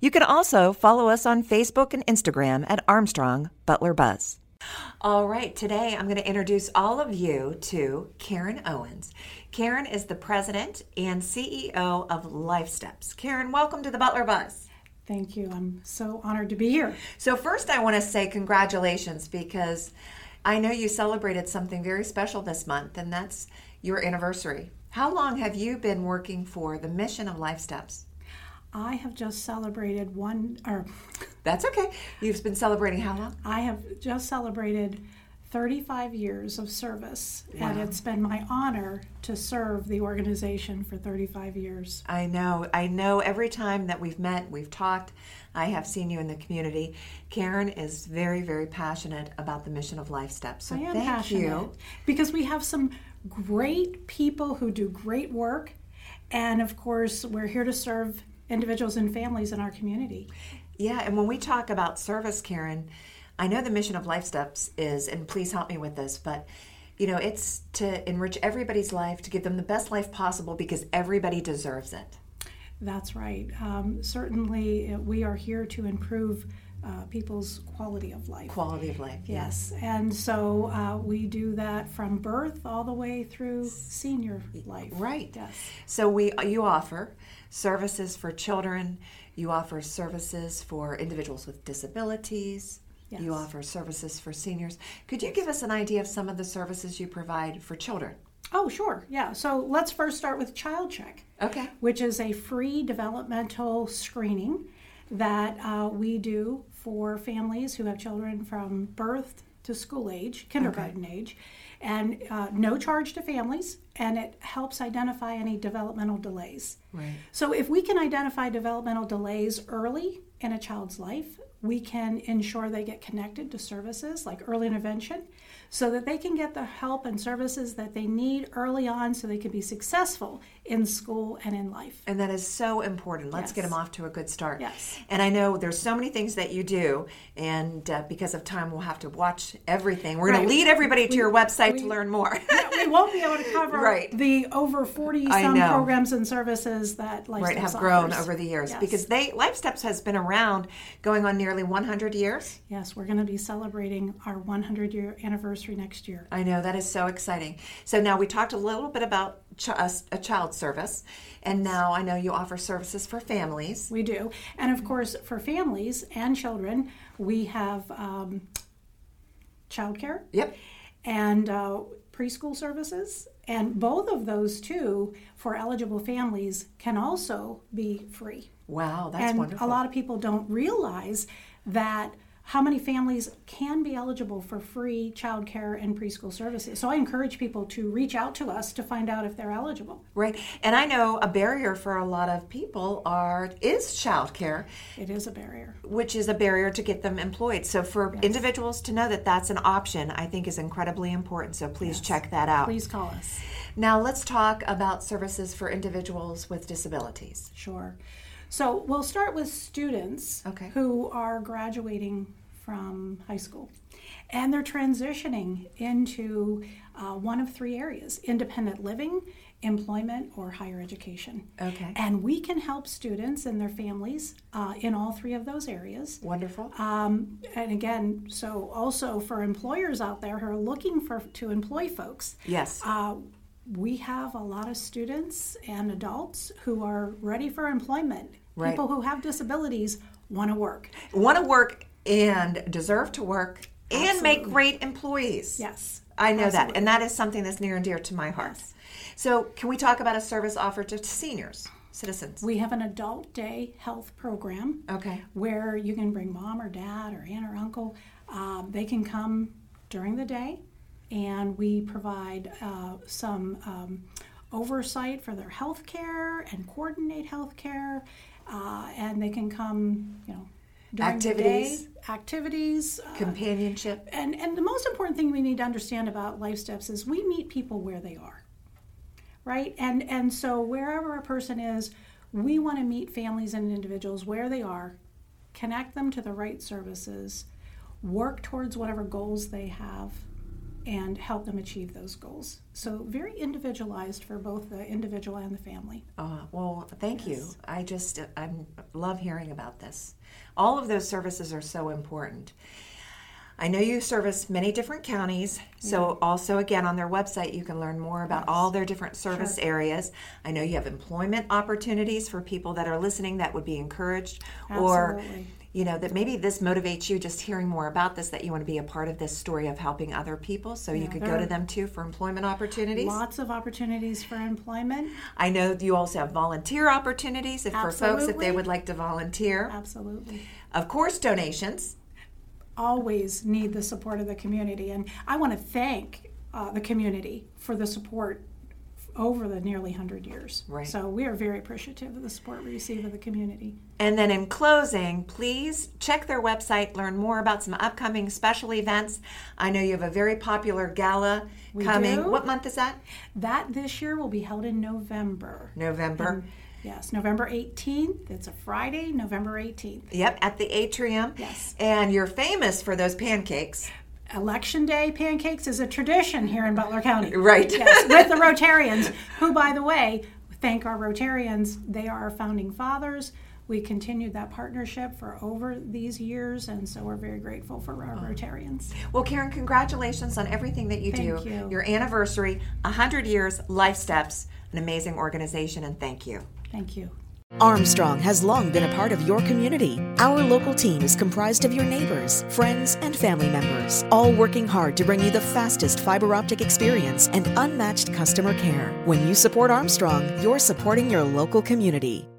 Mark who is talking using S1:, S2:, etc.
S1: You can also follow us on Facebook and Instagram at Armstrong Butler Buzz. All right, today I'm going to introduce all of you to Karen Owens. Karen is the president and CEO of Lifesteps. Karen, welcome to the Butler Buzz.
S2: Thank you. I'm so honored to be here.
S1: So, first, I want to say congratulations because I know you celebrated something very special this month, and that's your anniversary. How long have you been working for the mission of Lifesteps?
S2: I have just celebrated one, or
S1: That's okay. You've been celebrating how long?
S2: I have just celebrated 35 years of service, and
S1: Wow.
S2: it's been my honor to serve the organization for 35 years.
S1: I know. I know every time that we've met, we've talked, I have seen you in the community. Karen is very, very passionate about the mission of Life Steps. So
S2: I am
S1: thank
S2: passionate
S1: you.
S2: because we have some great people who do great work, and of course, we're here to serve individuals and families in our community.
S1: Yeah, and when we talk about service, Karen, I know the mission of Life Steps is, and please help me with this, but you know, it's to enrich everybody's life, to give them the best life possible because everybody deserves it.
S2: That's right. Um, certainly, uh, we are here to improve uh, people's quality of life.
S1: Quality of life. Yeah.
S2: Yes, and so uh, we do that from birth all the way through senior life.
S1: Right.
S2: Yes.
S1: So we you offer services for children, you offer services for individuals with disabilities,
S2: Yes.
S1: you offer services for seniors. Could you give us an idea of some of the services you provide for children?
S2: Oh, sure. Yeah. So let's first start with Child Check,
S1: Okay.
S2: which is a free developmental screening that uh, we do for families who have children from birth to school age, kindergarten age, and uh, no charge to families, and it helps identify any developmental delays.
S1: Right.
S2: So, if we can identify developmental delays early in a child's life, we can ensure they get connected to services like early intervention so that they can get the help and services that they need early on so they can be successful in school and in life.
S1: And that is so important. Let's get
S2: Yes.
S1: them off to a good start.
S2: Yes.
S1: And I know there's so many things that you do, and uh, because of time, we'll have to watch everything. We're going
S2: Right.
S1: to lead everybody to your website to
S2: we-
S1: learn more.
S2: we won't be able to cover
S1: Right.
S2: the over 40
S1: I
S2: some
S1: know.
S2: programs and services that LifeSteps
S1: right, have grown
S2: offers.
S1: over the years
S2: Yes.
S1: because they Life Steps has been around going on nearly 100 years.
S2: Yes, we're going to be celebrating our 100 year anniversary next year.
S1: I know that is so exciting. So now we talked a little bit about ch- a, s- a child service, and now I know you offer services for families.
S2: We do. And of course, for families and children, we have um, childcare
S1: Yep.
S2: and uh, preschool services. And both of those, two, for eligible families, can also be free.
S1: Wow, that's
S2: and
S1: wonderful.
S2: a lot of people don't realize that how many families can be eligible for free childcare and preschool services. So I encourage people to reach out to us to find out if they're eligible.
S1: right. And I know a barrier for a lot of people are is childcare,
S2: It is a barrier.
S1: which is a barrier to get them employed. So for individuals to know that that's an option, I think is incredibly important. So please check that out.
S2: Please call us.
S1: Now let's talk about services for individuals with disabilities.
S2: Sure. So we'll start with students
S1: Okay.
S2: who are graduating from high school and they're transitioning into uh, one of three areas independent living, employment, or higher education.
S1: Okay.
S2: And we can help students and their families uh, in all three of those areas.
S1: Wonderful.
S2: Um, and again, so also for employers out there who are looking for to employ folks,
S1: yes.
S2: uh, we have a lot of students and adults who are ready for employment.
S1: Right.
S2: People who have disabilities want to work.
S1: want to work and deserve to work and make
S2: Absolutely.
S1: great employees.
S2: Yes.
S1: I know that. And that is something that's near and dear to my heart. So, can we talk about a service offered to seniors, citizens?
S2: We have an adult day health program
S1: Okay.
S2: where you can bring mom or dad or aunt or uncle. Um, they can come during the day, and we provide uh, some um, oversight for their health care and coordinate health care. Uh, and they can come, you know, during
S1: Activities.
S2: the day, activities, uh,
S1: companionship.
S2: and and the most important thing we need to understand about life steps is we meet people where they are right and and so wherever a person is we want to meet families and individuals where they are connect them to the right services work towards whatever goals they have and help them achieve those goals so very individualized for both the individual and the family
S1: Uh, well, thank you. I just uh, I love hearing about this. All of those services are so important. I know you service many different counties, so also again on their website you can learn more about all their different service areas. I know you have employment opportunities for people that are listening that would be encouraged or
S2: Absolutely.
S1: you know that maybe this motivates you just hearing more about this that you want to be a part of this story of helping other people so you could go to
S2: there-
S1: them too for employment opportunities.
S2: lots of opportunities for employment
S1: I know you also have volunteer opportunities if for folks if they
S2: Absolutely.
S1: would like to volunteer.
S2: absolutely
S1: Of course, donations.
S2: always need the support of the community. And I want to thank uh, the community for the support f- over the nearly 100 years.
S1: Right.
S2: So we are very appreciative of the support we receive of the community.
S1: And then in closing, please check their website, learn more about some upcoming special events. I know you have a very popular gala coming.
S2: do.
S1: What month is that?
S2: That this year will be held in November.
S1: November.
S2: Hmm. Yes, November 18th. It's a Friday, November 18th.
S1: Yep, at the atrium.
S2: Yes.
S1: And you're famous for those pancakes.
S2: Election Day pancakes is a tradition here in Butler County.
S1: Right.
S2: Yes, with the Rotarians, who, by the way, thank our Rotarians. They are our founding fathers. We continued that partnership for over these years, and so we're very grateful for our Rotarians.
S1: Well, Karen, congratulations on everything that you
S2: Thank
S1: do.
S2: you.
S1: Your anniversary, 100 years, Life Steps, an amazing organization, and thank you.
S2: Thank you.
S3: Armstrong has long been a part of your community. Our local team is comprised of your neighbors, friends, and family members, all working hard to bring you the fastest fiber optic experience and unmatched customer care. When you support Armstrong, you're supporting your local community.